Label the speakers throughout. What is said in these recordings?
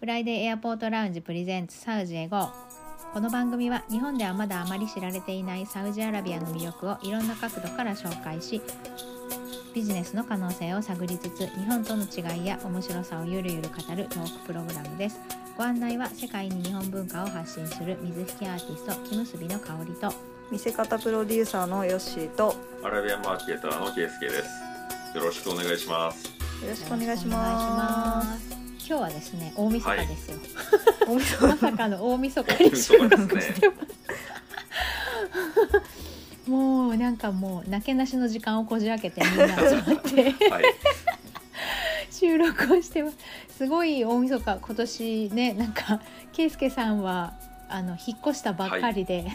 Speaker 1: フライデーエアポートラウンジプレゼンツサウジへ GO この番組は日本ではまだあまり知られていないサウジアラビアの魅力をいろんな角度から紹介しビジネスの可能性を探りつつ日本との違いや面白さをゆるゆる語るトークプログラムですご案内は世界に日本文化を発信する水引きアーティスト木結びの香りと
Speaker 2: 見せ方プロデューサーのヨッシーと
Speaker 3: アラビアンマーケーターのケイスケです。よろしくお願いします。
Speaker 2: よろしくお願いします
Speaker 1: 今日はですね大晦日ですよ、
Speaker 2: す。おみ そ
Speaker 1: まさかの大晦日に収録してます もうなんかもうなけなしの時間をこじ開けてみんな集まって
Speaker 3: はい。
Speaker 1: 収録をしてますすごい大晦日今年ねなんか圭介さんはあの引っ越したばっかりで、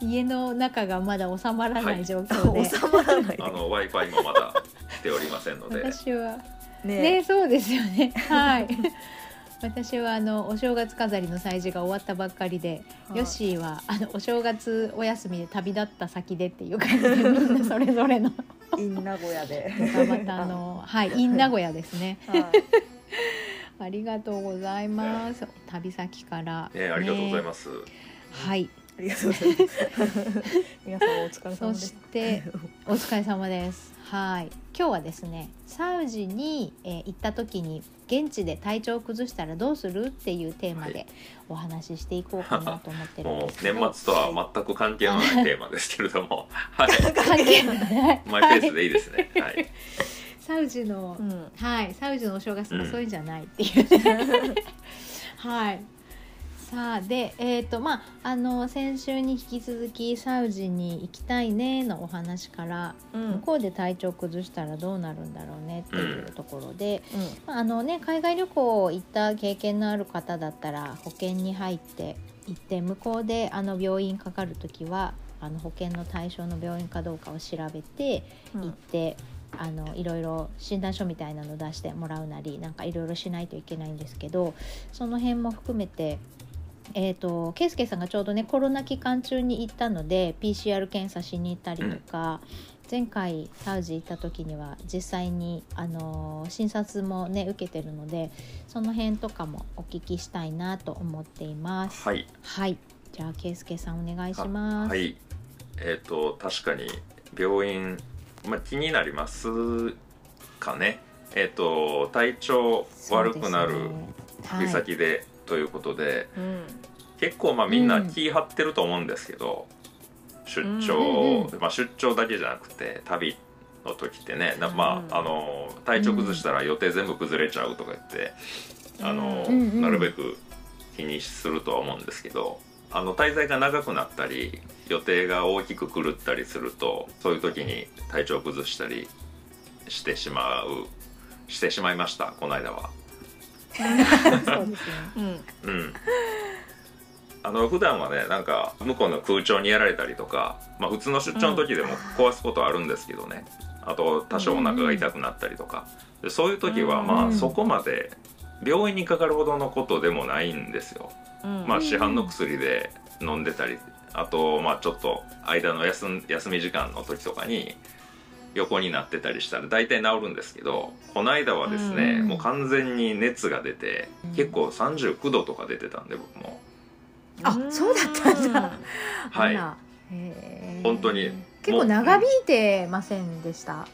Speaker 2: う
Speaker 1: 家の中がまだ収まらない状況で、
Speaker 2: ん、収まらない
Speaker 3: あ。の Wi-Fi もまだ来ておりませんので、
Speaker 1: 私は
Speaker 2: ね
Speaker 1: ね、そうですよね。はい。 私はあのお正月飾りの催事が終わったばっかりで、
Speaker 2: はい
Speaker 1: ヨッシーはあのお正月お休みで旅立った先でっていう感じでみんなそれぞれ の
Speaker 2: イン名古屋で。
Speaker 1: またあのはい、イン名古屋ですね。
Speaker 2: はい
Speaker 1: ありがとうございます。旅先から、
Speaker 3: ねありがとうございます。
Speaker 1: す。はい、
Speaker 2: ありがとうございます。皆さんお疲れ様
Speaker 1: そ
Speaker 2: で
Speaker 1: し
Speaker 2: す。
Speaker 1: てお疲れ様です。はい、今日はですね、サウジに、えー行った時に現地で体調を崩したらどうするっていうテーマ
Speaker 3: は
Speaker 1: でお話ししていこうかなと思ってるん
Speaker 3: もう
Speaker 1: ですけ
Speaker 3: 年
Speaker 1: ど、
Speaker 3: 末とは全く関係のないテーマですけれど も、はい。
Speaker 1: 関係 ない
Speaker 3: マイペースでいいですね。はい。
Speaker 1: サウジの、
Speaker 2: うん。
Speaker 1: はい、サウジのお正月が
Speaker 3: うん
Speaker 1: そういうんじゃないっていう、ね はい。さあでえっ、とまああの先週に引き続きサウジに行きたいねのお話から
Speaker 2: う
Speaker 1: 向
Speaker 2: ん。
Speaker 1: こうで体調崩したらどうなるんだろうねっていうところで、
Speaker 2: うん。
Speaker 1: まああのね、海外旅行行った経験のある方だったら保険に入って行って向こうであの病院かかる時はあの保険の対象の病院かどうかを調べて
Speaker 2: う
Speaker 1: 行っ
Speaker 2: ん。
Speaker 1: て、あのいろいろ診断書みたいなの出してもらうなりなんかいろいろしないといけないんですけどその辺も含めて。えー、と圭介さんがちょうどねコロナ期間中に行ったので PCR 検査しに行ったりとか、前回サウジ行った時には実際に、あのー診察もね受けてるのでその辺とかもお聞きしたいなと思っています。
Speaker 3: はい。
Speaker 1: はい、じゃあ圭介さんお願いします。
Speaker 3: はい。えっ、と確かに病院まあ気になりますかね。えっ、と体調悪くなる
Speaker 1: そう
Speaker 3: 旅
Speaker 1: ですね、
Speaker 3: 先でということで。
Speaker 2: うん。
Speaker 3: 結構まあみん
Speaker 1: う
Speaker 3: なん気張ってると思うんですけど、出張、
Speaker 1: うんうん
Speaker 3: まあ、出張だけじゃなくて旅の時ってねなま
Speaker 2: うん
Speaker 3: あ、あの体調崩したら予定全部崩れちゃうとか言って、あの
Speaker 1: うんうん
Speaker 3: なるべく気にするとは思うんですけどあの滞在が長くなったり予定が大きく狂ったりするとそういう時に体調崩したりしてしまうしてしまいましたこの間は。
Speaker 1: はい、そうですね
Speaker 2: うん。
Speaker 3: うん、あの普段はねなんか向こうの空調にやられたりとか、まあ、普通の出張の時でも壊すことはあるんですけどね、あと多少お腹が痛くなったりとかでそういう時はま
Speaker 1: う
Speaker 3: あ
Speaker 1: ん
Speaker 3: そこまで病院にかかるほどのことでもないんですよ。
Speaker 2: うん。
Speaker 3: ま
Speaker 1: う
Speaker 3: あ、
Speaker 1: ん
Speaker 3: 市販の薬で飲んでたりあとまあちょっと間の休ん休み時間の時とかに横になってたりしたら大体治るんですけどこの間はですね、
Speaker 1: うん
Speaker 3: もう完全に熱が出て
Speaker 1: うん
Speaker 3: 結構39度とか出てたんで僕も
Speaker 1: あそうだったんだ
Speaker 3: は
Speaker 1: あ
Speaker 3: い
Speaker 1: らへー
Speaker 3: 本当に
Speaker 1: 結構長引いてませんでした。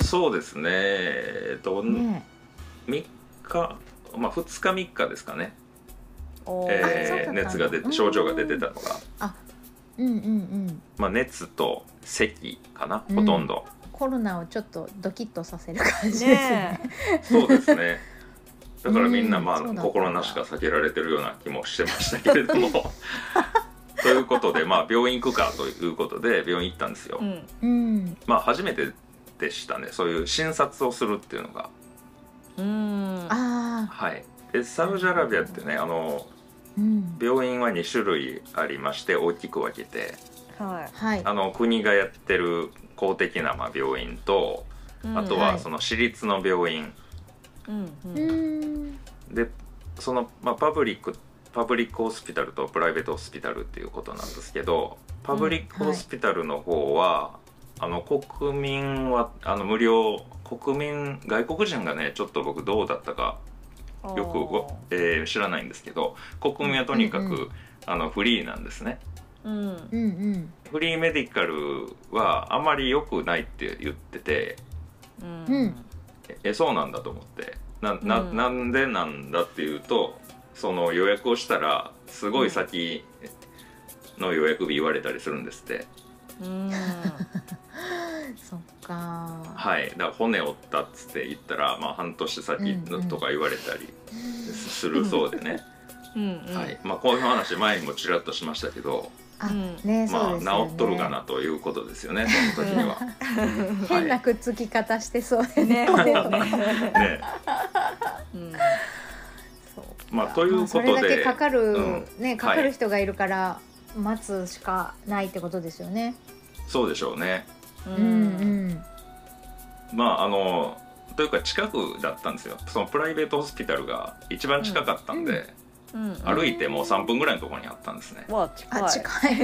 Speaker 3: そうですねえっと、
Speaker 1: ね。
Speaker 3: 3日まあ2日3日ですかね、
Speaker 2: お
Speaker 1: あそうだっ
Speaker 3: え
Speaker 1: た
Speaker 3: ー
Speaker 1: んだ
Speaker 3: 熱が出て症状が出てたのが、
Speaker 1: うんうんうん。
Speaker 3: まあ、熱と咳かな
Speaker 1: うん
Speaker 3: ほとんど、
Speaker 1: コロナをちょっとドキッとさせる感じですね。
Speaker 2: ね
Speaker 3: そうですね。だからみんな
Speaker 1: うん
Speaker 3: まあ
Speaker 1: そうだったんだ
Speaker 3: 心なしか避けられてるような気もしてましたけれど も。ということでまあ病院行くかということで病院行ったんですよ。
Speaker 2: え。うん。
Speaker 1: うん。
Speaker 3: まあ初めてでしたねそういう診察をするっていうのが。
Speaker 2: うん。
Speaker 1: ああ。
Speaker 3: はい、でサウジアラビアってねあの
Speaker 1: うん。
Speaker 3: 病院は2種類ありまして大きく分けて
Speaker 2: は
Speaker 1: はい。
Speaker 3: あの国がやってる公的なまあ病院と
Speaker 2: い。うん
Speaker 3: あと
Speaker 1: はい
Speaker 3: はその私立の病院
Speaker 2: うん。
Speaker 1: う
Speaker 2: うん。
Speaker 1: ん。
Speaker 3: でその、まあ、パブリックパブリックホスピタルとプライベートホスピタルっていうことなんですけどパブリックホスピタルの方は、あの国民はあの無料国民外国人がねちょっと僕どうだったかよくご、えー知らないんですけど国民はとにかく、
Speaker 1: うんうんう
Speaker 3: あのフリーなんですね。
Speaker 2: うん
Speaker 1: うんうん
Speaker 3: フリーメディカルはあまり良くないって言ってて
Speaker 2: うん
Speaker 1: うん
Speaker 3: えそうなんだと思ってなな,、
Speaker 2: うん
Speaker 3: ん、なんでなんだっていうとその予約をしたらすごい先の予約日言われたりするんですって、
Speaker 2: うん
Speaker 1: そっか
Speaker 3: はいだから骨折ったっつって言ったら、まあ、半年先のとか言われたりするそうでね、
Speaker 2: うんうん
Speaker 3: はいまあ、こういう話前にもちらっとしましたけど、
Speaker 1: あ
Speaker 2: うん
Speaker 1: ねそう
Speaker 3: ま
Speaker 1: ですよね、
Speaker 3: あ、治っとるかなということですよねその時には。はい
Speaker 1: 変なくっつき方してそうでね
Speaker 2: ね そう
Speaker 1: 骨を
Speaker 2: ね
Speaker 3: ね
Speaker 2: うん
Speaker 1: そう
Speaker 3: まあ、という
Speaker 1: ま
Speaker 3: ことで。
Speaker 1: あそれだけかかる、
Speaker 3: うん
Speaker 1: ねかかる人がいるから待つしかないってことですよね。
Speaker 3: そうでしょうね。
Speaker 1: う
Speaker 2: うん
Speaker 1: ん
Speaker 3: まああのというか近くだったんですよ。そのプライベートホスピタルが一番近かったんで、
Speaker 2: うん
Speaker 3: 歩いてもう3分ぐらいのところにあったんですね。
Speaker 2: わあ近い
Speaker 1: あ近 い。へ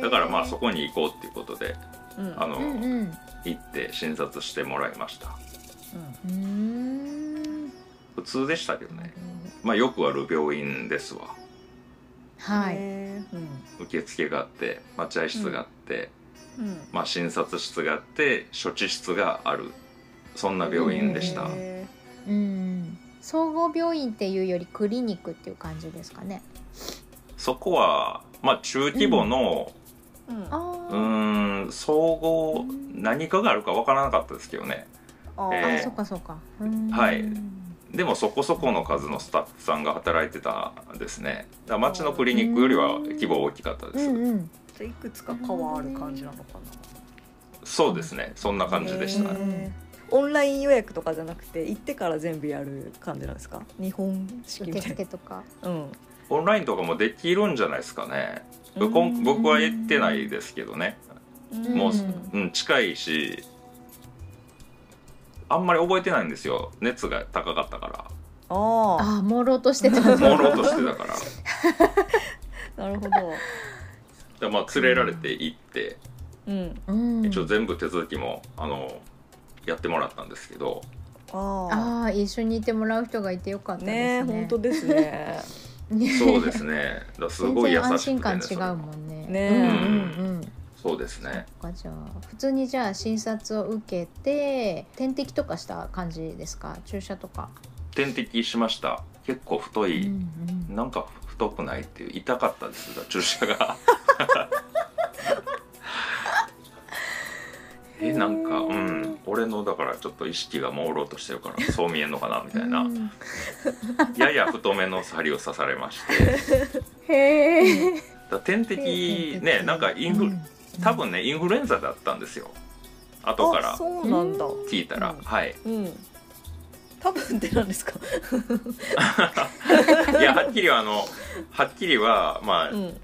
Speaker 1: ー
Speaker 3: だからまあそこに行こうっていうことで、
Speaker 2: うん
Speaker 3: あの、
Speaker 1: うんうん。
Speaker 3: 行って診察してもらいました。
Speaker 1: うー
Speaker 2: うん
Speaker 1: ん
Speaker 3: 普通でしたけどね。まあよくある病院ですわ。
Speaker 1: はい。
Speaker 2: へーうん
Speaker 3: 受付があって、待合室があって、
Speaker 2: うん
Speaker 3: まあ診察室があって、処置室がある。そんな病院でした。
Speaker 2: へ
Speaker 1: うん総合病院っていうよりクリニックっていう感じですかね。
Speaker 3: そこはまあ中規模の、
Speaker 2: ーうんあ
Speaker 1: あー、
Speaker 3: うーん総合
Speaker 1: うん
Speaker 3: 何かがあるかわからなかったですけどね
Speaker 2: ー
Speaker 3: え
Speaker 1: あ、
Speaker 3: ー
Speaker 1: そうかそうか。うーん
Speaker 3: はい
Speaker 1: うん
Speaker 3: でもそこそこの数のスタッフさんが働いてたんですねだから町のクリニックよりは規模大きかったです、
Speaker 1: うん。
Speaker 2: じゃあいくつかカバーある感じなのかな
Speaker 3: そうですねそんな感じでした、
Speaker 1: へー
Speaker 2: えーオンライン予約とかじゃなくて行ってから全部やる感じなんですか日本式
Speaker 1: 受
Speaker 2: みたい
Speaker 1: 付とか。
Speaker 2: な、うん
Speaker 3: オンラインとかもできるんじゃないですかね僕
Speaker 2: うん
Speaker 3: 僕は行ってないですけどね、
Speaker 1: ん
Speaker 3: もう、
Speaker 1: うん
Speaker 3: うん、近いしあんまり覚えてないんですよ熱が高かったか
Speaker 2: あ
Speaker 1: ああ、朦朧としてた。
Speaker 3: ら朦朧として たからだか
Speaker 2: あなるほど、
Speaker 3: らまあ連れられて行って
Speaker 2: うん、
Speaker 1: うん
Speaker 3: 一応全部手続きもあのやってもらったんですけど
Speaker 2: あ
Speaker 1: ああ、一緒にいてもらう人がいてよかっ
Speaker 2: あ
Speaker 1: たです
Speaker 2: ねえ
Speaker 1: ね。
Speaker 2: 本当ですね
Speaker 1: ね
Speaker 3: そうで すねだからす
Speaker 1: 全
Speaker 3: ごい優
Speaker 1: 然
Speaker 3: しくて、ね、
Speaker 1: 安心感違うもんね。うんうんうん。
Speaker 3: そうですね
Speaker 1: そっかじゃあ普通にじゃあ診察を受けて点滴とかした感じですか注射とか。
Speaker 3: 点滴しました結構太
Speaker 1: う
Speaker 3: い、
Speaker 1: ん
Speaker 3: なんか太くないっていう痛かったですだ注 射がえなんかうん俺のだからちょっと意識が朦朧としてるからそう見えんのかなみたい な、
Speaker 1: うん
Speaker 3: やや太めの針を刺されましてだか
Speaker 1: へえ。
Speaker 3: ら 点滴ねなんかインフル、多分ねインフルエンザだったんですよ後から
Speaker 2: あそうなんだ
Speaker 1: う
Speaker 3: 聞いたら、
Speaker 2: うん
Speaker 3: はい
Speaker 2: うん多分ってなんですか
Speaker 3: いやはっきりはあのはっきりはまあ
Speaker 2: うん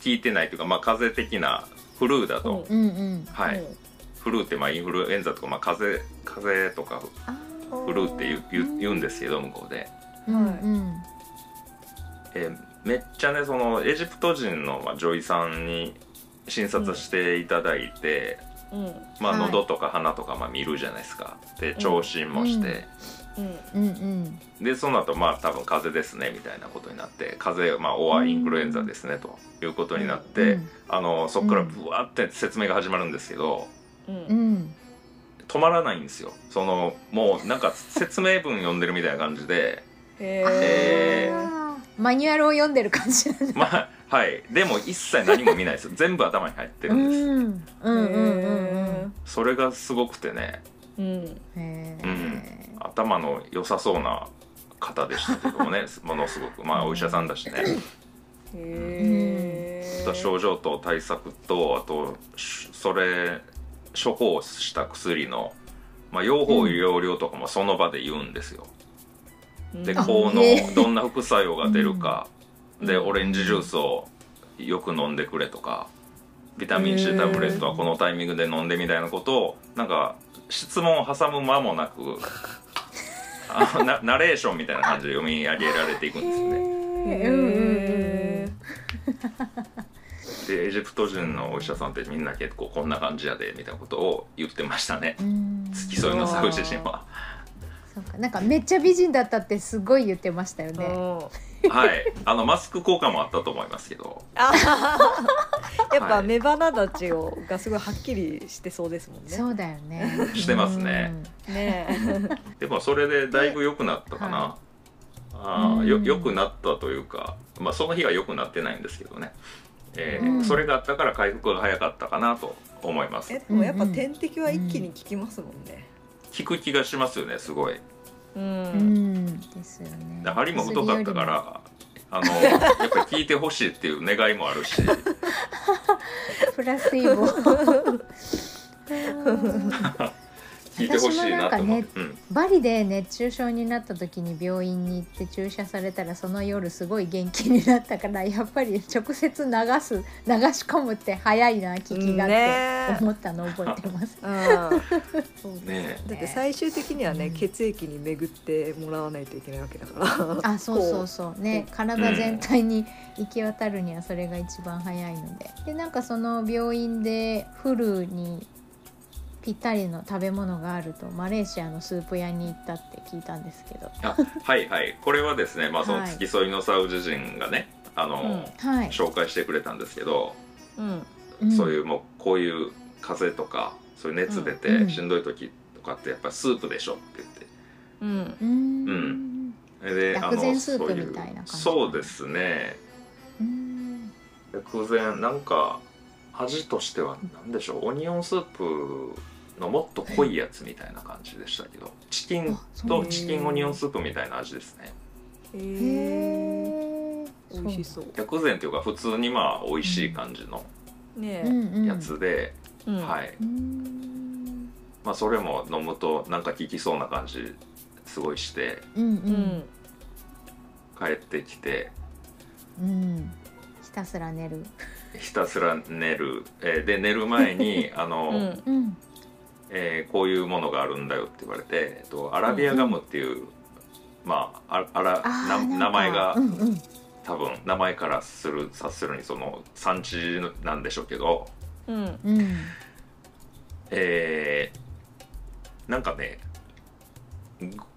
Speaker 3: 聞いてないというか、まあ、風邪的なフルーだと、
Speaker 1: うんうん。
Speaker 3: はい、
Speaker 2: うん
Speaker 3: フルーってまあインフルエンザとか、まあ、風邪風邪とか
Speaker 1: あ
Speaker 2: ー
Speaker 3: フルーって言う言う言うんですけど向こうで、
Speaker 1: ーうん
Speaker 3: えーめっちゃねそのエジプト人の、まあ、女医さんに診察していただいて、
Speaker 2: うん
Speaker 3: まあ、
Speaker 1: はい
Speaker 3: 喉とか鼻とか、まあ、見るじゃないですかで聴診もして。
Speaker 1: うん
Speaker 2: うん
Speaker 1: うんうん
Speaker 3: でその後まあ多分風邪ですねみたいなことになって風邪まあオアインフルエンザですねということになって、
Speaker 1: うん
Speaker 3: あのそこからブワーって説明が始まるんですけど
Speaker 2: う
Speaker 1: うんん
Speaker 3: 止まらないんですよそのもうなんか説明文読んでるみたいな感じで
Speaker 2: へ
Speaker 3: え
Speaker 2: え
Speaker 1: あーマニュアルを読んでる感じなんだ
Speaker 3: まあはいでも一切何も見ないです全部頭に入ってる
Speaker 1: うん
Speaker 3: です
Speaker 1: んうんうんうん
Speaker 3: それがすごくてね
Speaker 2: うん
Speaker 1: うんへえ
Speaker 3: 頭の良さそうな方でしたけどもねものすごくまあお医者さんだしね
Speaker 2: へえ
Speaker 3: 症状と対策とあとしそれ処方した薬の、まあ、用法
Speaker 1: うん
Speaker 3: 用量とかもその場で言うんですよ、で
Speaker 1: あ
Speaker 3: こう
Speaker 1: へえ
Speaker 3: の どんな副作用が出るか、
Speaker 2: うん
Speaker 3: で
Speaker 2: うん
Speaker 3: オレンジジュースをよく飲んでくれとかビタミン C タブレットはこのタイミングで飲んでみたいなことをなんか質問を挟む間もなくあのなナレーションみたいな感じで読み上げられていくんですよね。
Speaker 1: へえうんうんうん
Speaker 3: でエジプト人のお医者さんってみんな結構こんな感じやでみたいなことを言ってましたね
Speaker 1: うん
Speaker 3: 付き添いのサウジ人は
Speaker 1: そうかなんかめっちゃ美人だったってすごい言ってましたよね。
Speaker 2: うん
Speaker 3: はいあのマスク効果もあったと思いますけど
Speaker 2: あ ーやっ
Speaker 3: は
Speaker 2: ぱ
Speaker 3: い
Speaker 2: 目鼻立ちをがすごいはっきりしてそうですもんね。
Speaker 1: そうだよね。
Speaker 3: してますね
Speaker 2: ね
Speaker 3: でもそれでだいぶ良くなったかな、
Speaker 1: は
Speaker 3: ああ
Speaker 1: うん
Speaker 3: よ良くなったというか、まあ、その日は良くなってないんですけどね、えー
Speaker 1: うん
Speaker 3: それがあったから回復が早かったかなと思いま
Speaker 2: え。え
Speaker 3: す
Speaker 2: でもやっぱ点滴は一気に効きますもんね。
Speaker 3: 効く気がしますよねすごい
Speaker 2: うん
Speaker 1: うん。うんですよね
Speaker 3: で。針も太かったからあのやっぱり効いてほしいっていう願いもあるし
Speaker 1: プラスイボ。
Speaker 3: 聞いてほしいなと思って、うん、
Speaker 1: バリで熱中症になった時に病院に行って注射されたらその夜すごい元気になったからやっぱり直接流す流し込むって早いな聞きがって
Speaker 2: ね
Speaker 1: 思ったの覚えてます。
Speaker 2: うんだ
Speaker 3: ね
Speaker 2: って最終的にはね、
Speaker 1: うん
Speaker 2: 血液に巡ってもらわないといけないわけだから。
Speaker 1: あそうそうそうね体全体に行き渡るにはそれが一番早いのででなんかその病院でフルにぴったりの食べ物があるとマレーシアのスープ屋に行ったって聞いたんですけど
Speaker 3: あはいはいこれはですね、まあ、その
Speaker 1: はい
Speaker 3: 付き添いのサウジ人がねあの、
Speaker 1: はい、
Speaker 3: 紹介してくれたんですけど、
Speaker 2: うん。
Speaker 3: そういううもうこういう風邪とかそういう熱出
Speaker 1: うん
Speaker 3: てしんどい時とかってやっぱりスープでしょって言って
Speaker 2: うん。
Speaker 1: うーん
Speaker 3: うで
Speaker 1: 薬膳スープみたいな感じ
Speaker 3: そういうそうですね
Speaker 1: うーん
Speaker 3: 薬膳なんか味としては何でしょうオニオンスープのもっと濃いやつみたいな感じでしたけどチキン
Speaker 1: あそう
Speaker 3: とチキンオニオンスープみたいな味ですね
Speaker 2: へえ。
Speaker 1: へ
Speaker 2: 美
Speaker 1: ー
Speaker 2: 味しそう。
Speaker 3: 薬膳っていうか普通にまあ美味しい感じの
Speaker 1: そうな
Speaker 2: ね
Speaker 1: んだうんうん
Speaker 3: やつで、
Speaker 2: え。うん。
Speaker 3: はいいう
Speaker 1: ーん
Speaker 3: まあそれも飲むとなんか効きそうな感じすごいして
Speaker 1: うん
Speaker 2: う
Speaker 1: うん
Speaker 2: ん。
Speaker 3: 帰ってきて
Speaker 1: うんひたすら寝る
Speaker 3: ひたすら寝る、えーで寝る前にあの、
Speaker 2: うん。
Speaker 1: うん
Speaker 3: えーこういうものがあるんだよって言われて、えっと、アラビアガムっていう、まあああら
Speaker 1: あー
Speaker 3: な
Speaker 1: なんか
Speaker 3: 名前が、
Speaker 1: うんうん
Speaker 3: 多分名前からする察するにその産地なんでしょうけど、
Speaker 2: うん。
Speaker 1: うん
Speaker 3: えーなんかね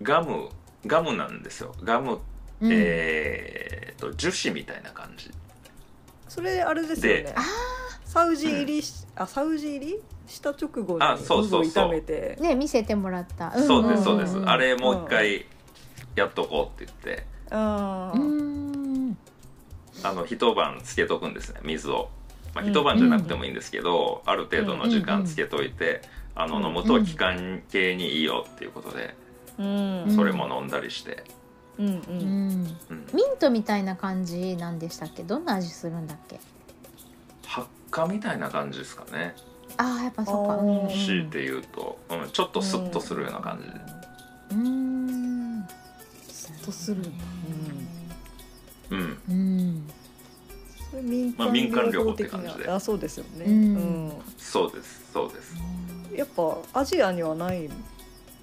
Speaker 3: ガムガムなんですよガム、
Speaker 1: うん
Speaker 3: えーっと樹脂みたいな感じ
Speaker 2: それあれですよね
Speaker 3: で
Speaker 1: あ。
Speaker 2: サウジ入りし、あサウジ入りした直後に
Speaker 3: あそうそうそう
Speaker 2: 喉を痛めて。
Speaker 1: ね見せてもらった、ん
Speaker 3: そうですそうです、
Speaker 1: んん
Speaker 3: あれもう一回やっとこうって言って。
Speaker 2: あ
Speaker 1: うーん
Speaker 3: あの一晩つけとくんですね水を、まあ、
Speaker 2: うん
Speaker 3: 一晩じゃなくてもいいんですけど、ある程度の時間つけといて、あ
Speaker 2: うん
Speaker 3: の飲むと気管系にいいよっていうことで、
Speaker 2: うん
Speaker 1: うん
Speaker 3: それも飲んだりして、
Speaker 2: うんう。
Speaker 1: うんん
Speaker 3: うん、
Speaker 1: ミントみたいな感じなんでしたっけどんな味するんだっけ
Speaker 3: 発火みたいな感じですかね
Speaker 1: あーやっぱそっか
Speaker 2: あー
Speaker 1: うんうん
Speaker 3: 強いて言うと、うん、ちょっとスッとするような感じで、
Speaker 1: うーん
Speaker 2: スッとするんだ。
Speaker 3: うん
Speaker 1: うん
Speaker 2: それ民
Speaker 3: まあ民間
Speaker 2: 間
Speaker 3: 療
Speaker 2: 療
Speaker 3: 法
Speaker 2: 法
Speaker 3: って
Speaker 2: 的な、
Speaker 3: 感じで
Speaker 2: あそうですよね。
Speaker 1: うん
Speaker 3: そうですそうです
Speaker 2: うんやっぱアジアにはない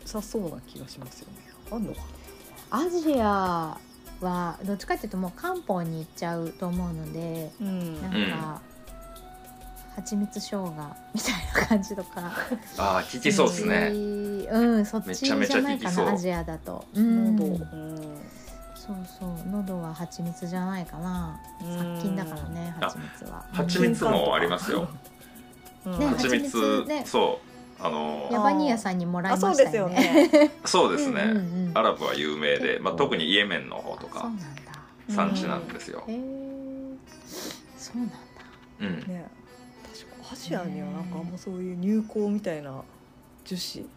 Speaker 2: さそうな気がしますよね。あんのか
Speaker 1: アジアはどっちかっていうともう漢方に行っちゃうと思うので
Speaker 2: な。うん
Speaker 1: なんか、蜂蜜生姜みたいな感じとか
Speaker 3: ああ効きそうですね、
Speaker 1: うんそっちじゃない
Speaker 3: めちゃめちゃ効
Speaker 1: か
Speaker 3: きそう
Speaker 1: なアジアだとう
Speaker 2: う
Speaker 1: ん
Speaker 2: ん喉。
Speaker 1: そうそう喉は蜂蜜じゃないかな
Speaker 2: うん
Speaker 1: 殺菌だから ね
Speaker 3: あ
Speaker 1: 蜂蜜は
Speaker 3: 蜂蜜もありますよ
Speaker 2: うん
Speaker 1: ね
Speaker 3: 蜂蜜
Speaker 1: 蜂蜜ね
Speaker 3: そうあの
Speaker 1: ヤバニアさんにもら
Speaker 2: あ
Speaker 1: い
Speaker 2: そ
Speaker 1: ま
Speaker 2: う
Speaker 1: し
Speaker 2: で
Speaker 1: た
Speaker 2: すよ
Speaker 1: よね
Speaker 2: ね。
Speaker 3: そうですね、
Speaker 1: うんうんうん
Speaker 3: アラブは有名で、まあ、特にイエメンの方と
Speaker 1: そう
Speaker 3: か
Speaker 1: なんだ
Speaker 2: う
Speaker 3: 産地なんですよ、
Speaker 1: へえそうなんだ
Speaker 3: うん、
Speaker 2: ね確かアジアにはなんかあんまそういう入港みたいな樹脂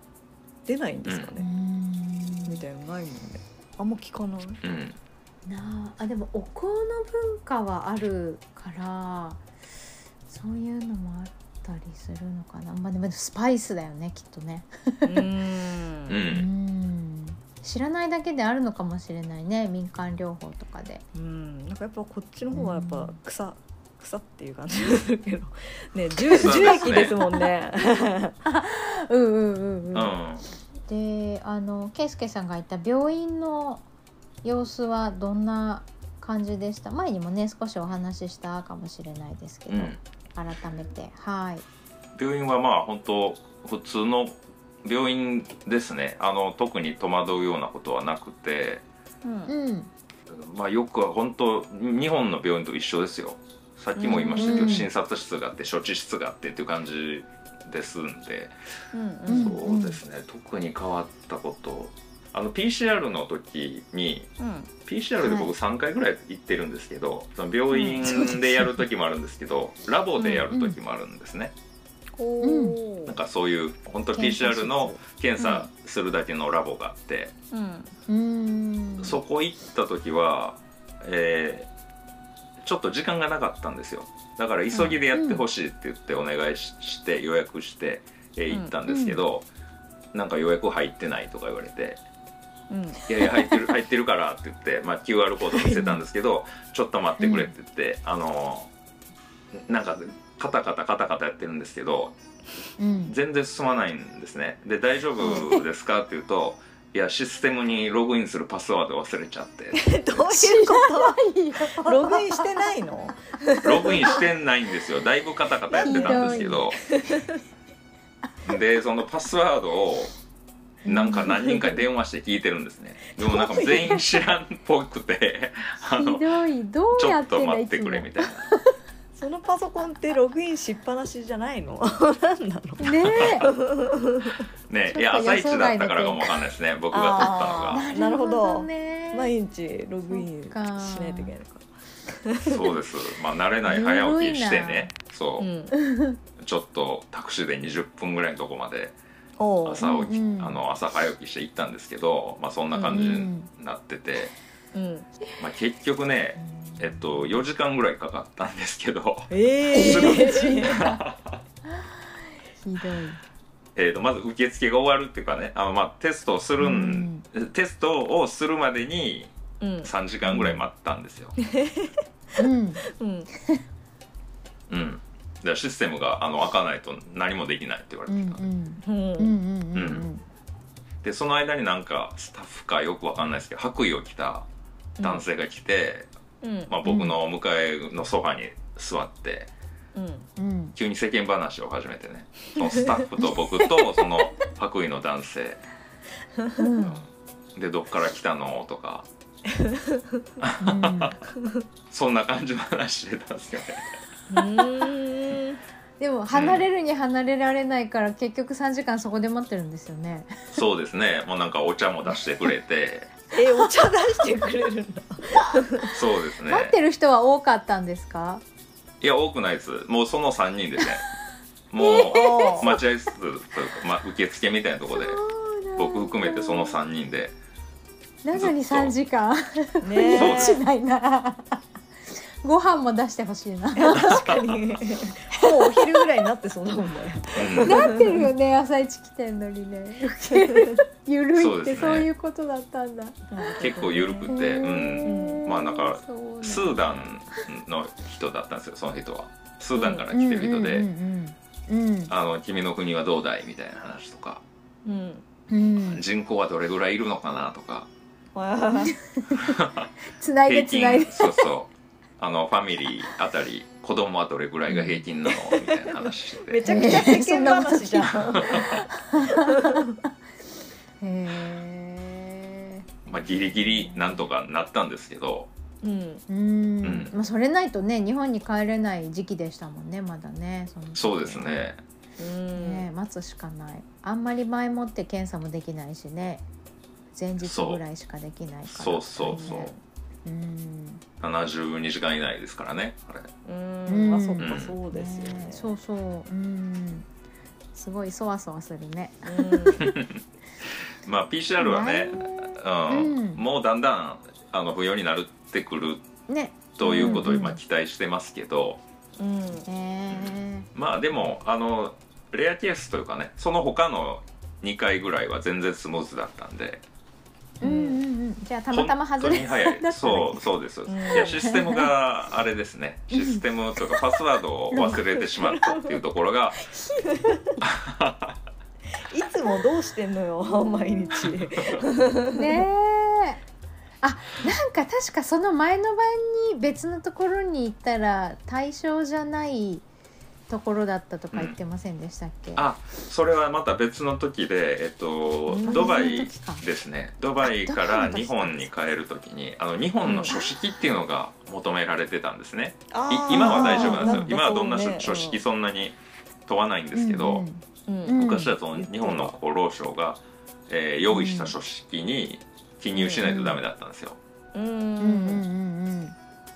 Speaker 2: 出ないんですか
Speaker 1: うー
Speaker 2: ね、
Speaker 1: ん
Speaker 2: みたいなのないもんねあんま聞かない
Speaker 3: うん、
Speaker 1: なああでもお香の文化はあるからそういうのもあったりするのかなまあでもスパイスだよねきっとね
Speaker 3: う、
Speaker 2: うん
Speaker 1: うんん知らないだけであるのかもしれないね民間療法とかで
Speaker 2: んなんかやっぱこっちの方はやっ
Speaker 1: う
Speaker 2: ぱ
Speaker 1: ん
Speaker 2: 草草っていう感じがするけど ね樹
Speaker 3: そう
Speaker 2: 樹
Speaker 3: ですね
Speaker 2: 液ですもんね
Speaker 1: うんうんうんう
Speaker 3: う
Speaker 1: ん
Speaker 3: ん、
Speaker 1: であの圭介さんが行った病院の様子はどんな感じでした前にもね少しお話ししたかもしれないですけど、
Speaker 3: うん、
Speaker 1: 改めてはい
Speaker 3: 病院はまあ本当普通の病院ですねあの特に戸惑うようなことはなくて、
Speaker 2: うん
Speaker 1: うん
Speaker 3: まあ、よくは本当日本の病院と一緒ですよさっきも言いましたけど、
Speaker 1: うん
Speaker 3: 診察室があって処置室があってっていう感じですんで、
Speaker 2: うん
Speaker 1: うん
Speaker 3: そうですね特に変わったことあの PCR の時に
Speaker 2: うん、
Speaker 3: PCR で
Speaker 1: はい
Speaker 3: 僕3回ぐらい行ってるんですけど、その病院でやる時もあるんですけど、ラボでやる時もあるんですね、
Speaker 2: おー
Speaker 3: なんかそういう本当 PCR の検査するだけのラボがあって、
Speaker 2: うん
Speaker 1: うん
Speaker 3: そこ行った時は、えーちょっと時間がなかったんですよだから急ぎでやってほしいって言ってお願いしして予約して、えー
Speaker 2: うん
Speaker 3: 行ったんですけど、なんか予約入ってないとか言われて
Speaker 2: うん
Speaker 3: 「いやいや入ってる入ってるから」って言って、まあ、QR コード見せたんですけど 「ちょっと待ってくれ」って言って、あのーなんかカタカタカタカタやってるんですけど
Speaker 1: うん
Speaker 3: 全然進まないんですねで「大丈夫ですか?」って言うと「いやシステムにログインするパスワード忘れちゃって」
Speaker 2: どういうこ
Speaker 1: いいよ
Speaker 2: とログインしてないの
Speaker 3: ログインしてないんですよだいぶカタカタやってたんですけどでそのパスワードをなんか何人か電話して聞いてるんですねでもなんか全員知らんっぽくてあ
Speaker 1: ひ
Speaker 3: の
Speaker 1: どいど
Speaker 3: ち
Speaker 1: う
Speaker 3: ょ
Speaker 1: や
Speaker 3: っ
Speaker 1: って
Speaker 3: と
Speaker 1: んだ
Speaker 3: 待
Speaker 1: い
Speaker 3: って
Speaker 1: つも
Speaker 3: くれ
Speaker 1: ね
Speaker 3: みたいな
Speaker 2: そのパソコンってログインしっぱなしじゃないの 何なの
Speaker 1: え
Speaker 3: ね
Speaker 1: ちょっと
Speaker 3: いや朝一だったからかもわかんないですね僕が撮ったのが
Speaker 2: あー なるほど
Speaker 1: ね
Speaker 2: 毎日ログイン
Speaker 1: そっ
Speaker 2: し
Speaker 1: か
Speaker 2: ないといけないのか
Speaker 3: そうですまあ慣れない早起きしてね
Speaker 2: う
Speaker 3: そ
Speaker 2: ん
Speaker 3: うちょっとタクシーで20分ぐらいのとこまで
Speaker 2: おう
Speaker 3: 朝起き、
Speaker 1: うんうん
Speaker 3: あの朝早起きして行ったんですけど、まあ、そんな感じになってて、
Speaker 2: うん
Speaker 3: まあ、結局ねえっと、4時間ぐらいかかったんですけど、
Speaker 2: ええ
Speaker 1: ひどい
Speaker 3: えっとまず受付が終わるっていうかねあの、まあ、テストをするん、テストをするまでに
Speaker 2: うん
Speaker 3: 3時間ぐらい待ったんですよ。
Speaker 1: うん
Speaker 2: うん
Speaker 3: うん、でシステムがあの開かないと何もできないって言われ
Speaker 1: う
Speaker 3: て
Speaker 1: ん
Speaker 3: た、
Speaker 1: うん
Speaker 2: うん
Speaker 1: うんうんうんうん
Speaker 3: でその間になんかスタッフかよくわかんないですけど白衣を着た男性が来て、
Speaker 2: うん
Speaker 3: まあ、僕の向かいのソファに座って
Speaker 2: うん
Speaker 1: うん
Speaker 3: 急に世間話を始めてねそのスタッフと僕 とその白衣の男性
Speaker 1: うん
Speaker 3: でどっから来たのとかそんな感じの話してたんですよね。
Speaker 2: うーん
Speaker 1: でも離れるに離れられないから結局3時間そこで待ってるんですよね
Speaker 3: そうですね。もうなんかお茶も出してくれて、
Speaker 2: えお茶出してくれるんだ
Speaker 3: そうです ね。
Speaker 1: 待ってる人は多かったんですか
Speaker 3: いや多くないです。もうその三人で ね、もう
Speaker 2: おう
Speaker 3: 待合室というか、まあ、受付みたいなところで僕含めてその三人で、
Speaker 1: なのに
Speaker 3: ずっと
Speaker 1: 3時間
Speaker 2: ね
Speaker 3: そう
Speaker 1: 用
Speaker 3: で
Speaker 1: 意
Speaker 3: す
Speaker 1: しないなご飯も出してほしい な
Speaker 2: 確かにもうお昼ぐらいになってそうだもんね
Speaker 3: うん
Speaker 1: なってるよね朝一来てんのにね 受けるゆる
Speaker 3: そう
Speaker 1: いっ
Speaker 3: です
Speaker 1: て
Speaker 3: ね
Speaker 1: そういうことだったんだ
Speaker 3: 結構緩くて、うん、
Speaker 1: へー
Speaker 3: まあなんか
Speaker 1: そうなんだ
Speaker 3: スーダンの人だったんですよ。その人はスーダンから来てる人で、
Speaker 1: うんうんうん
Speaker 3: あの君の国はどうだいみたいな話とか、
Speaker 2: うん
Speaker 1: うんうん
Speaker 3: 人口はどれぐらいいるのかなとか、
Speaker 2: わあ
Speaker 1: つないで
Speaker 3: 平
Speaker 1: つない
Speaker 3: 均
Speaker 1: で
Speaker 3: そうそう。あのファミリーあたり子供はどれぐらいが平均なのみたいな話してて
Speaker 2: めちゃくちゃ世間話じゃん
Speaker 1: へ
Speaker 3: まあ、ギリギリなんとかなったんですけど
Speaker 2: うん
Speaker 1: ーうん
Speaker 3: うん
Speaker 1: まあそれないとね日本に帰れない時期でしたもんねまだねその時
Speaker 3: そうですね
Speaker 2: うん
Speaker 1: ね待つしかないあんまり前もって検査もできないしね前日ぐらいしかできないから
Speaker 3: そうそうそう
Speaker 1: うん
Speaker 3: 72時間以内ですからねあれ
Speaker 2: うんあそっ
Speaker 3: う
Speaker 2: か
Speaker 3: ん
Speaker 2: そうですよね
Speaker 1: ねそうそううんすごいそわそわするね
Speaker 3: まあ PCR はね、うん
Speaker 1: うん
Speaker 3: もうだんだんあの不要になるってくる
Speaker 1: ね
Speaker 3: ということを
Speaker 1: うんうん
Speaker 3: 今期待してますけど、
Speaker 2: うん
Speaker 1: ね
Speaker 3: まあでもあのレアケースというかねその他の2回ぐらいは全然スムーズだったんで
Speaker 1: うんうんうんじゃあたまたま外
Speaker 3: 本当
Speaker 1: れ
Speaker 3: に早
Speaker 1: だ
Speaker 3: い
Speaker 1: ったね
Speaker 3: そうそうです、
Speaker 2: ん
Speaker 3: いやシステムがあれですねシステムというかパスワードを忘れてしまったっていうところが
Speaker 2: いつもどうしてんのよ 毎日
Speaker 1: ねえあなんか確かその前の晩に別のところに行ったら対象じゃないところだったとか言ってませんでしたっけ、
Speaker 3: あそれはまた別の時で、えっと
Speaker 2: うん、
Speaker 3: ドバ
Speaker 1: 別の
Speaker 3: イ
Speaker 1: 時か
Speaker 3: ですねドバイか
Speaker 1: あドバイ
Speaker 3: ら
Speaker 1: の時
Speaker 3: 日本に帰る時にあの日本の書式っていうのが求められてたんですね、
Speaker 2: あー
Speaker 3: い今は大丈夫なんです
Speaker 2: か
Speaker 3: よ
Speaker 2: そう
Speaker 3: 今はどんな
Speaker 2: ね
Speaker 3: 書書式そんなに問わないんですけ
Speaker 1: う
Speaker 3: ど
Speaker 1: ん
Speaker 2: うん
Speaker 1: うん
Speaker 3: 昔だと日本の厚労省が、えー用意した書式に記入しないとダメだったんですよ
Speaker 2: う
Speaker 1: うん
Speaker 2: ん
Speaker 1: うんうん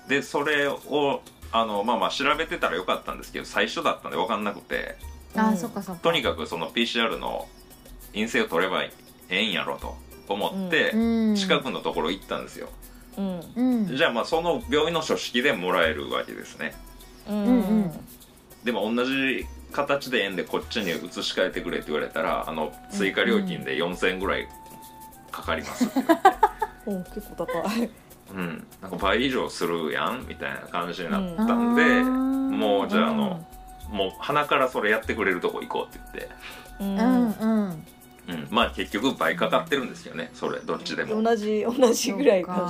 Speaker 3: でそれをあのまあまあ調べてたらよかったんですけど最初だったんで分かんなくて
Speaker 1: うんあー、そっかそっか
Speaker 3: とにかくその PCR の陰性を取ればええんやろと思って
Speaker 1: うん
Speaker 3: 近くのところ行ったんですよ、
Speaker 2: うん
Speaker 1: うん
Speaker 3: じゃあまあその病院の書式でもらえるわけですね
Speaker 2: うん
Speaker 1: うんうん
Speaker 3: でも同じ形で円でこっちに移し替えてくれって言われたらあの追加料金で4,000円ぐらいかかりますって言われて、
Speaker 2: お結構高い
Speaker 3: うん、なんか倍以上するやんみたいな感じになっ
Speaker 1: あ
Speaker 3: たんで、
Speaker 1: ー
Speaker 3: もうじゃああのもう鼻からそれやってくれるとこ行こうって
Speaker 2: う
Speaker 1: うんんうん
Speaker 3: 言って、うん、まあ結局倍かかってるんですよねそれどっちでも
Speaker 2: 同じ同じぐらいかな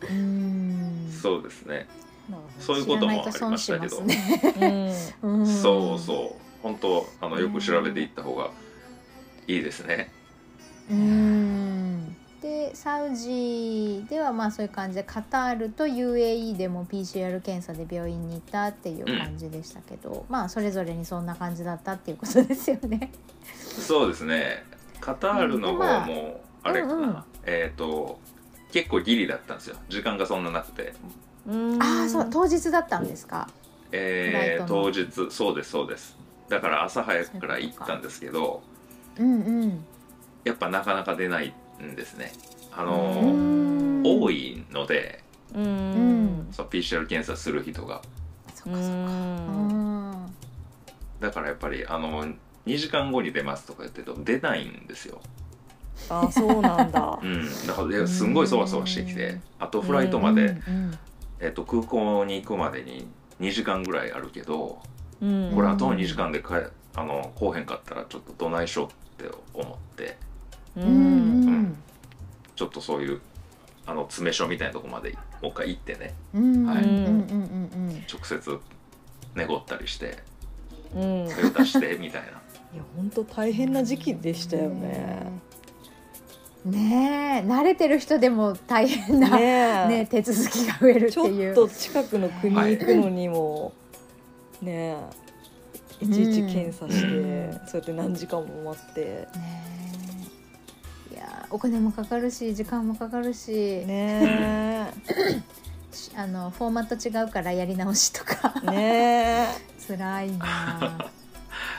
Speaker 1: そっかうん
Speaker 3: そうですね
Speaker 2: なる
Speaker 3: そういう
Speaker 1: 知
Speaker 3: こ
Speaker 1: ら
Speaker 3: と
Speaker 1: な
Speaker 3: も
Speaker 1: い
Speaker 3: あ
Speaker 1: と
Speaker 3: り
Speaker 1: 損
Speaker 3: まし
Speaker 1: したま
Speaker 3: けど
Speaker 1: すね
Speaker 2: ほどうん
Speaker 3: そう
Speaker 1: う
Speaker 3: そう本当あのよく調べていった方がいいですね
Speaker 1: んうんでサウジではまあそういう感じでカタールと UAE でも PCR 検査で病院に行ったっていう感じでしたけど、まあそれぞれにそんな感じだったっていうことですよね。
Speaker 3: そうですねカタールの方もあれかな、
Speaker 1: うんうん
Speaker 3: えっ、と結構ギリだったんですよ時間がそんななくて、
Speaker 2: うん
Speaker 1: ああそう当日だったんですか。
Speaker 3: え
Speaker 1: フ
Speaker 3: ー
Speaker 1: ラ
Speaker 3: 当
Speaker 1: イ
Speaker 3: 日そうですそうですだから朝早くから行ったんですけど
Speaker 1: うんうん。
Speaker 3: やっぱなかなか出ないんですねあ
Speaker 1: う
Speaker 3: の
Speaker 1: ー
Speaker 3: ー
Speaker 1: ん
Speaker 3: 多。いので
Speaker 2: うん
Speaker 1: ん
Speaker 3: そう PCR 検査する人が
Speaker 1: そっかそっか。うん
Speaker 3: だからやっぱりあの2時間後に出ますとか言ってると出ないんですよ、
Speaker 2: あそうなん だ
Speaker 3: うん、だからですんごいそわそわしてきてあとフライトま
Speaker 1: う
Speaker 3: で、
Speaker 1: ん
Speaker 3: えっと、空港に行くまでに2時間ぐらいあるけど
Speaker 2: うん
Speaker 3: これあと2時間で帰あの来おへんかったらちょっとどないしようって思って
Speaker 2: う
Speaker 1: うんうん
Speaker 2: ん
Speaker 1: うん
Speaker 3: ちょっとそういうあの詰め所みたいなとこまでもう一回行ってね
Speaker 1: うんうん
Speaker 3: はい
Speaker 1: うんうんうんうん
Speaker 3: 直接寝ごったりして
Speaker 2: うんい
Speaker 3: 手を 出してみたいな。
Speaker 2: や本当大変な時期でしたよね
Speaker 1: ねえ慣れてる人でも大変な、ね
Speaker 2: ね
Speaker 1: 手続きが増える
Speaker 2: え
Speaker 1: って
Speaker 2: ちょ
Speaker 1: い
Speaker 2: っ
Speaker 1: う。
Speaker 2: と近くの国行くのにもねえいちいち検査し
Speaker 1: う
Speaker 2: て
Speaker 1: ん
Speaker 2: そうやって何時間も待って
Speaker 1: ねえいやーお金もかかるし時間もかかるし、
Speaker 2: ね
Speaker 1: しあのフォーマット違うからやり直しとか
Speaker 2: えね
Speaker 1: 辛いなあ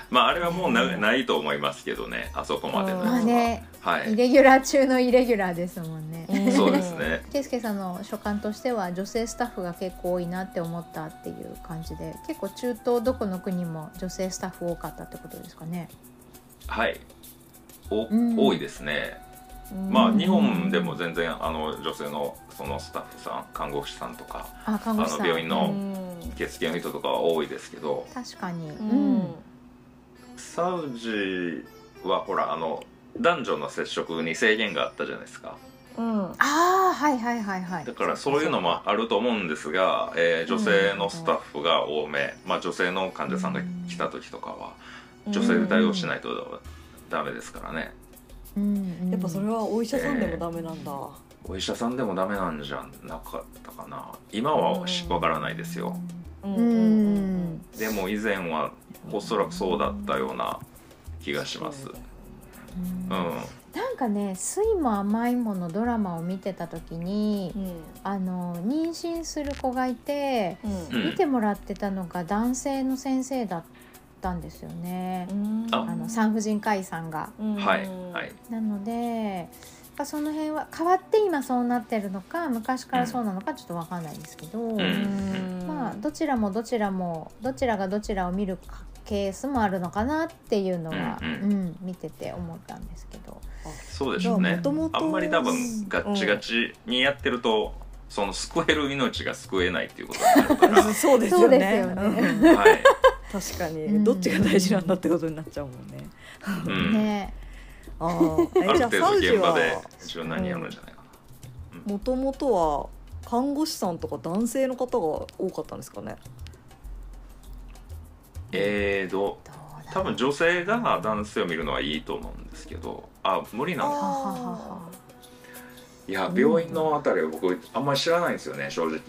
Speaker 3: まああれはもうなないと思いますけどねあそこまでのやつは
Speaker 1: まあね
Speaker 3: は
Speaker 1: イ
Speaker 3: い
Speaker 1: レギュラー中のイレギュラーですもんね。
Speaker 2: え
Speaker 3: そうですね
Speaker 1: ケイスケさんの所感としては女性スタッフが結構多いなって思ったっていう感じで結構中東どこの国も女性スタッフ多かったってことですかね。
Speaker 3: はいお、
Speaker 1: うん
Speaker 3: 多いですねまあ日本でも全然あの女性のそのスタッフさん看護師さんとか
Speaker 1: あ看護師さ
Speaker 3: あの病院
Speaker 1: ん
Speaker 3: の
Speaker 2: うん
Speaker 3: 受付の人とかは多いですけど
Speaker 1: 確かに、う
Speaker 2: うん
Speaker 1: ん
Speaker 3: サウジはほらあの男女の接触に制限があったじゃないですか
Speaker 2: うん
Speaker 1: ああはいはいはいはい
Speaker 3: だからそういうのもあると思うんですが、えー女性のスタッフが多め、まあ、女性の患者さんが来た時とかは女性で対応しないとダメですからね
Speaker 1: うんうん
Speaker 2: やっぱそれはお医者さんでもダメなんだ、
Speaker 3: お医者さんでもダメなんじゃなかったかな今はしわからないですよ
Speaker 2: うん
Speaker 1: うんうん
Speaker 3: でも以前はおそらくそうだったような気がします
Speaker 1: うん
Speaker 3: うん
Speaker 1: なんかね「酸いも甘いも」のドラマを見てた時に
Speaker 2: うん
Speaker 1: あの妊娠する子がいて
Speaker 2: うん
Speaker 3: ん
Speaker 1: 見てもらってたのが男性の先生だったんですよね、
Speaker 2: うん
Speaker 3: あ
Speaker 1: あの産婦人科医さんが。
Speaker 2: うん
Speaker 3: はいはい
Speaker 1: なのでまあその辺は変わって今そうなってるのか昔からそうなのかちょっとわかんないんですけど、
Speaker 3: ん
Speaker 2: うん
Speaker 1: まあどちらもどちらもどちらがどちらを見るケースもあるのかなっていうのは、う
Speaker 3: うんん
Speaker 1: 見てて思ったんですけど。
Speaker 3: そうでしょう
Speaker 2: じゃあ
Speaker 3: ね
Speaker 2: 元々
Speaker 3: あんまり多分ガッチガチにやってるとその救える命が救えないっていうことになるか
Speaker 2: そうです
Speaker 1: そ
Speaker 2: よね
Speaker 1: うですよね
Speaker 2: うん
Speaker 3: らはい
Speaker 2: 確かに、
Speaker 1: うん
Speaker 2: どっちが大事なんだってことになっちゃうもんね
Speaker 3: うん
Speaker 1: ね
Speaker 2: あ
Speaker 3: あ
Speaker 2: ーえ
Speaker 3: る
Speaker 2: じゃあ
Speaker 3: 程
Speaker 2: サ
Speaker 3: 度
Speaker 2: ウジ
Speaker 3: 現場で
Speaker 2: は
Speaker 3: 柔軟にやるんじゃないかな
Speaker 2: もともとは看護師さんとか男性の方が多かったんですかね
Speaker 3: えーと
Speaker 1: どうだ
Speaker 3: 多分女性が男性を見るのはいいと思うんですけどあ無理なんだ
Speaker 1: ははははい
Speaker 3: や病院のあたりは僕あんまり知らないんですよね正直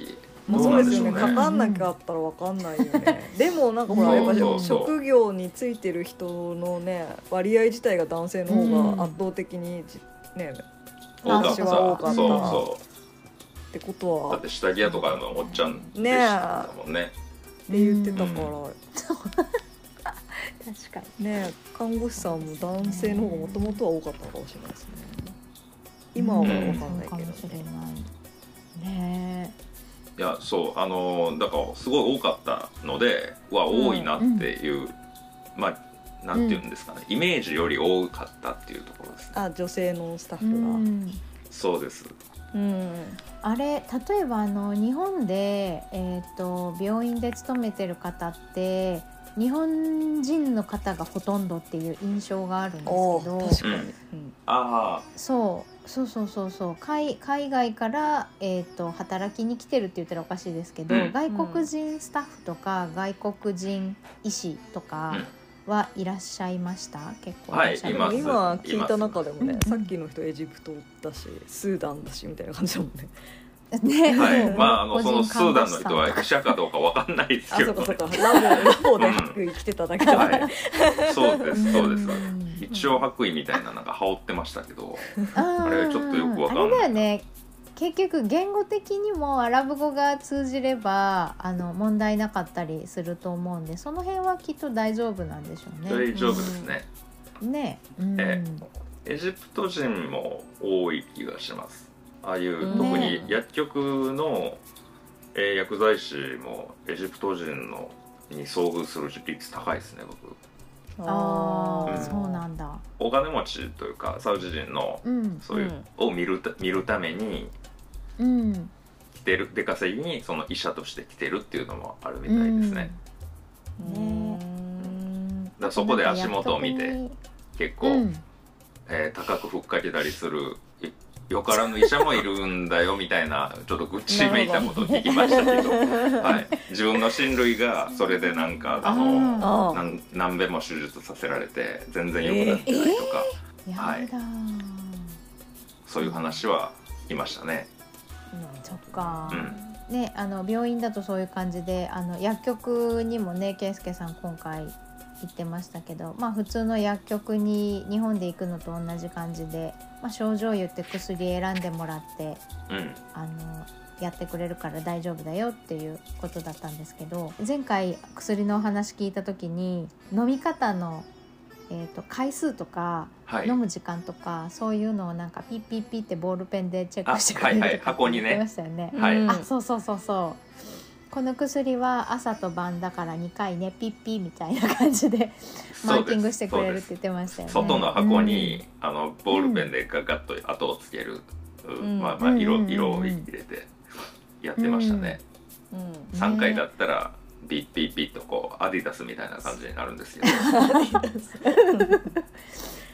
Speaker 2: まあ、
Speaker 3: ど
Speaker 2: そう
Speaker 3: な
Speaker 2: うんで
Speaker 3: し
Speaker 2: す
Speaker 3: ょう
Speaker 2: よねか
Speaker 3: ね
Speaker 2: かんなかったらわかんないよねでもなんかほらやっぱ
Speaker 1: そうそうそう
Speaker 2: 職業についてる人のね割合自体が男性の方が圧倒的にじね
Speaker 3: 多かった
Speaker 1: 私は多か
Speaker 3: そ
Speaker 1: った
Speaker 3: うそ
Speaker 2: ってこと
Speaker 3: うだ
Speaker 2: は
Speaker 3: って下着屋とかのおっちゃんでしたもんね
Speaker 2: って言ってたから
Speaker 3: う
Speaker 1: 確かに
Speaker 2: ね看護師さんも男性の方がもともとは多かったのかもしれないですね今はわかんないけど
Speaker 1: そうか
Speaker 2: ね
Speaker 1: もしれないね
Speaker 3: いやそうあのーだからすごい多かったのでうわ多いなっていう、まあなんていうんですかね、イメージより多かったっていうところですね
Speaker 2: あ女性のスタッ
Speaker 1: えう
Speaker 2: フがうん
Speaker 1: ん
Speaker 3: そうです
Speaker 1: あれ例えばあの日本で、えー、と病院で勤めてる方って日本人の方がほとんどっていう印象があるんですけ
Speaker 2: お
Speaker 1: ど
Speaker 2: ー確かに、うん
Speaker 3: あ
Speaker 1: そうそうそうそうそう海海外から、えー、と働きに来てるって言ったらおかしいですけど、
Speaker 3: うん
Speaker 1: 外国人スタッフとか外国人医師とかはいらっしゃいました結構
Speaker 3: はい
Speaker 1: らっしゃ
Speaker 2: で
Speaker 1: る
Speaker 2: も
Speaker 3: います
Speaker 2: 今聞いた中でも
Speaker 1: い
Speaker 2: ね
Speaker 1: ます
Speaker 2: さっきの人エジプトだしスーダンだしみたいな感じだもんね
Speaker 1: ね、
Speaker 3: あはい
Speaker 1: そう
Speaker 3: まああのその
Speaker 1: 個人
Speaker 3: スーダンの
Speaker 1: 看護
Speaker 3: 人
Speaker 1: 師さんと
Speaker 3: は
Speaker 1: か
Speaker 3: 医者かどうかわかんないです
Speaker 2: あ
Speaker 3: け
Speaker 2: そ
Speaker 3: ど、
Speaker 2: うかそう
Speaker 3: ね、
Speaker 2: かラボラボで生きてただけだから、
Speaker 3: はいそうですそうです
Speaker 1: ん
Speaker 3: 一応白衣みたいななんか羽織ってましたけど
Speaker 1: あ
Speaker 3: あれはちょっとよくわかんない
Speaker 1: あれだよね結局言語的にもアラブ語が通じればあの問題なかったりすると思うんでその辺はきっと大丈夫なんでしょうね。
Speaker 3: 大丈夫ですね、
Speaker 1: ね、うん
Speaker 3: えエジプト人も多い気がしますああいう
Speaker 2: ね
Speaker 3: 特に薬局の、えー薬剤師もエジプト人のに遭遇する率高いですね僕
Speaker 1: ああ、
Speaker 3: うん
Speaker 1: そうなんだ。
Speaker 3: お金持ちというかサウジ人の
Speaker 1: うん
Speaker 3: そういう、を見るた見るために
Speaker 1: うん
Speaker 3: 来てる出稼ぎにその医者として来てるっていうのもあるみ
Speaker 1: う
Speaker 3: たい
Speaker 1: ん
Speaker 3: ですね、
Speaker 1: ね
Speaker 2: うん
Speaker 3: だからそこで足元を見て結構、
Speaker 1: うん
Speaker 3: えー高くふっかけたりするいよからぬ医者もいるんだよみたいな ちょっと愚痴めいたことを聞きましたけどはい、自分の親類がそれでなんかあの
Speaker 1: あ
Speaker 2: あ
Speaker 3: なん何べも手術させられて全然良くなってないとか、
Speaker 1: ー
Speaker 3: はい
Speaker 1: やだー、
Speaker 3: そういう話は聞きましたね。
Speaker 1: そっか、ねあの病院だとそういう感じであの薬局にもね圭介さん今回行ってましたけどまあ普通の薬局に日本で行くのと同じ感じで、まあ、症状言って薬選んでもらって
Speaker 3: うん、
Speaker 1: あのやってくれるから大丈夫だよっていうことだったんですけど前回薬のお話聞いた時に飲み方の、えー、と回数とか、
Speaker 3: はい
Speaker 1: 飲、む時間とかそういうのをなんかピッピッピッってボールペンでチェックしてく
Speaker 3: あは
Speaker 1: れ
Speaker 3: い
Speaker 1: る
Speaker 3: はい
Speaker 1: とか
Speaker 3: 箱にね
Speaker 1: 言ってましたよね。
Speaker 3: はい
Speaker 2: うん
Speaker 1: あそうそうそうそうこの薬は朝と晩だから2回ねピッピみたいな感じでマ
Speaker 3: そ
Speaker 1: ー
Speaker 3: う
Speaker 1: キング
Speaker 3: で
Speaker 1: し
Speaker 3: す
Speaker 1: てくれ
Speaker 3: そ
Speaker 1: る
Speaker 3: う
Speaker 1: っ
Speaker 3: で
Speaker 1: て
Speaker 3: す
Speaker 1: 言ってましたよね
Speaker 3: 外の箱に、あのボールペンでガガッと後をつける、
Speaker 2: ん
Speaker 3: まあまあ
Speaker 1: う
Speaker 3: 色,、
Speaker 1: んうんうん
Speaker 3: 色を入れてやってましたね、
Speaker 2: うん
Speaker 1: うん
Speaker 3: 三3回だったらビッビッビッとこうアディダスみたいな感じになる んですけど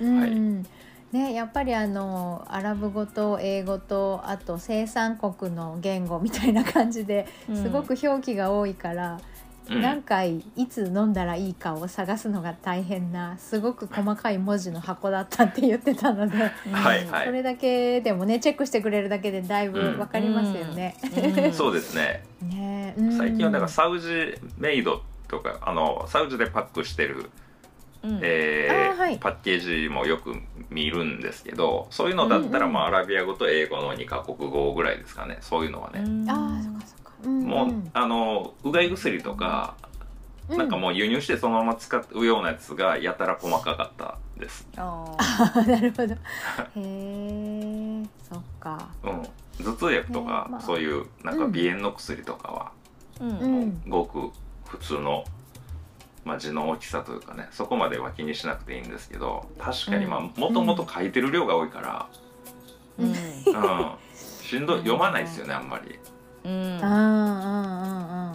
Speaker 1: うん
Speaker 3: はい
Speaker 1: ね、やっぱりあのアラブ語と英語とあと生産国の言語みたいな感じで
Speaker 2: うん
Speaker 1: すごく表記が多いから、
Speaker 3: うん
Speaker 1: 何回いつ飲んだらいいかを探すのが大変なすごく細かい文字の箱だったって言ってたので、
Speaker 3: はいはい
Speaker 1: それだけでもねチェックしてくれるだけでだいぶ分かりますよね。
Speaker 2: うん
Speaker 3: そうですね
Speaker 1: ねうん
Speaker 3: 最近はだからサウジメイドとかあのサウジでパックしてる、
Speaker 2: うん
Speaker 3: え
Speaker 1: あー
Speaker 3: ー
Speaker 1: はい
Speaker 3: パッケージもよく見るんですけどそういうのだったら、
Speaker 1: うんうん
Speaker 3: まあ、アラビア語と英語の2カ国語ぐらいですかねそういうのはね、
Speaker 1: あーそっかそっか。うんうん
Speaker 3: もうあのうがい薬とか、
Speaker 1: うん
Speaker 3: なんかもう輸入してそのまま使うようなやつがやたら細かかったです、
Speaker 2: あ
Speaker 1: あなるほ ど。へえ、そっか。
Speaker 3: うん、頭痛薬とか、
Speaker 1: ねまあ
Speaker 3: そういうなんか
Speaker 1: うん
Speaker 3: 鼻炎の薬とかは、
Speaker 2: ーうん
Speaker 1: うん
Speaker 3: ごく普通の、まあ、字の大きさというかねそこまでは気にしなくていいんですけど確かにまあもともと書いてる量が多いから、
Speaker 2: うん
Speaker 3: うんしんどい読まないですよねあんまり
Speaker 2: うん
Speaker 1: ああ、ああ、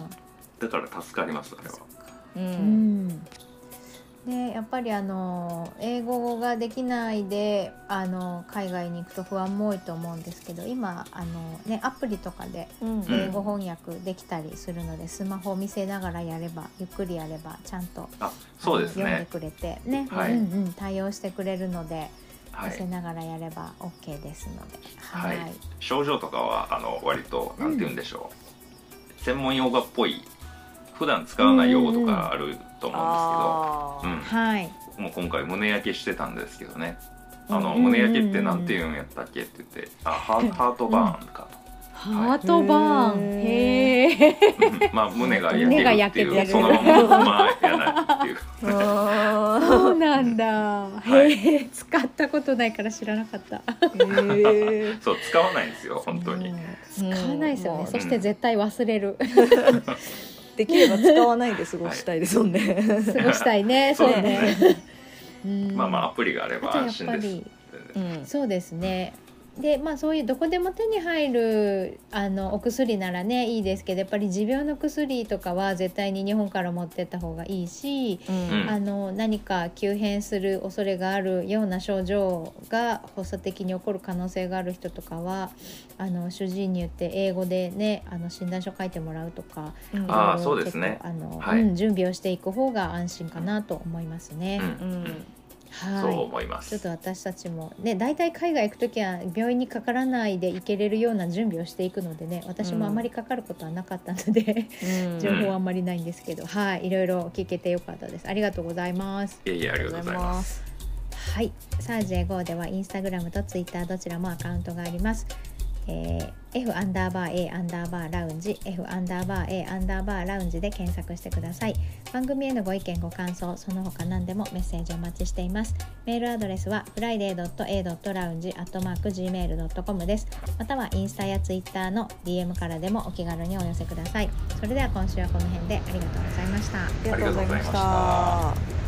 Speaker 1: ああ。
Speaker 3: だから助かりますあれは
Speaker 2: う
Speaker 1: うんん、でやっぱりあの英語ができないであの海外に行くと不安も多いと思うんですけど今あの、ね、アプリとかで
Speaker 2: うん
Speaker 1: 英語翻訳できたりするので、スマホを見せながらやればゆっくりやればちゃんと
Speaker 3: あそうです
Speaker 1: あの
Speaker 3: ね
Speaker 1: 読んでくれてね、
Speaker 3: はい
Speaker 1: うんうん、対応してくれるので、
Speaker 3: は
Speaker 1: 見せ
Speaker 3: い
Speaker 1: ながらやれば OK ですので。
Speaker 3: はい症状とかはあの割となんて言うんでしょう、専門用語っぽい普段使わない用語とかあると思
Speaker 2: あ
Speaker 3: うんですけど、
Speaker 2: ー
Speaker 1: はい、
Speaker 3: うん、もう今回胸焼けしてたんですけどねあの
Speaker 1: うん
Speaker 3: 胸焼けってなんて言うんやったっけって言ってあハーハートバーンか
Speaker 4: ハートバーン
Speaker 2: へ
Speaker 4: へえ
Speaker 3: と、うんまあ胸が焼けるって
Speaker 4: 胸が
Speaker 3: い
Speaker 4: 焼けて
Speaker 3: う
Speaker 4: る
Speaker 3: そのまままあやないっていう
Speaker 2: あ
Speaker 4: そうなんだ、
Speaker 3: はい
Speaker 4: へえ使ったことないから知らなかった
Speaker 2: ーへえ
Speaker 3: そう使わないんですよ本当に
Speaker 4: 使わないですよね、
Speaker 2: もう
Speaker 4: そして絶対忘れる
Speaker 2: できれば使わないで過ごしたいですもんね。
Speaker 4: 過ごしたいね
Speaker 3: そ
Speaker 4: そうう
Speaker 3: ですね
Speaker 4: ねうん
Speaker 3: まあまあアプリがあれば
Speaker 1: あ
Speaker 3: 安
Speaker 1: と
Speaker 3: 心
Speaker 1: やっぱ
Speaker 3: です
Speaker 1: り
Speaker 2: うん
Speaker 1: そうですね。でまあそういうどこでも手に入るあのお薬ならねいいですけどやっぱり持病の薬とかは絶対に日本から持ってった方がいいし、
Speaker 2: うん
Speaker 1: あの何か急変する恐れがあるような症状が発作的に起こる可能性がある人とかはあの主治医に言って英語でねあの診断書書いてもらうとか
Speaker 3: あー
Speaker 1: いろいろ
Speaker 3: そうですね
Speaker 1: 結構あの、
Speaker 3: はい
Speaker 1: うん準備をしていく方が安心かなと思いますね。
Speaker 3: う
Speaker 2: うんん
Speaker 1: はい
Speaker 3: そう思いま
Speaker 1: ちょっと
Speaker 3: す
Speaker 1: 私たちもね大体海外行く時は病院にかからないで行けれるような準備をしていくのでね私もあまりかかることはなかったので、
Speaker 2: うん
Speaker 1: 情報はあんまりないんですけど、はいいろいろ聞けてよかったですありがとうございます
Speaker 3: いえいえありがとうございます
Speaker 2: す。
Speaker 1: はいサージェ5ではインスタグラムとツイッターどちらもアカウントがありますえー F アンダーバー A アンダーバーラウンジ F アンダーバー A アンダーバーラウンジで検索してください番組へのご意見ご感想その他何でもメッセージお待ちしていますメールアドレスは friday.a.lounge.gmail.com ですまたはインスタやツイッターの DM からでもお気軽にお寄せくださいそれでは今週はこの辺でありがとうございました
Speaker 2: ありがとうございまし
Speaker 3: ありがとうございま
Speaker 2: た。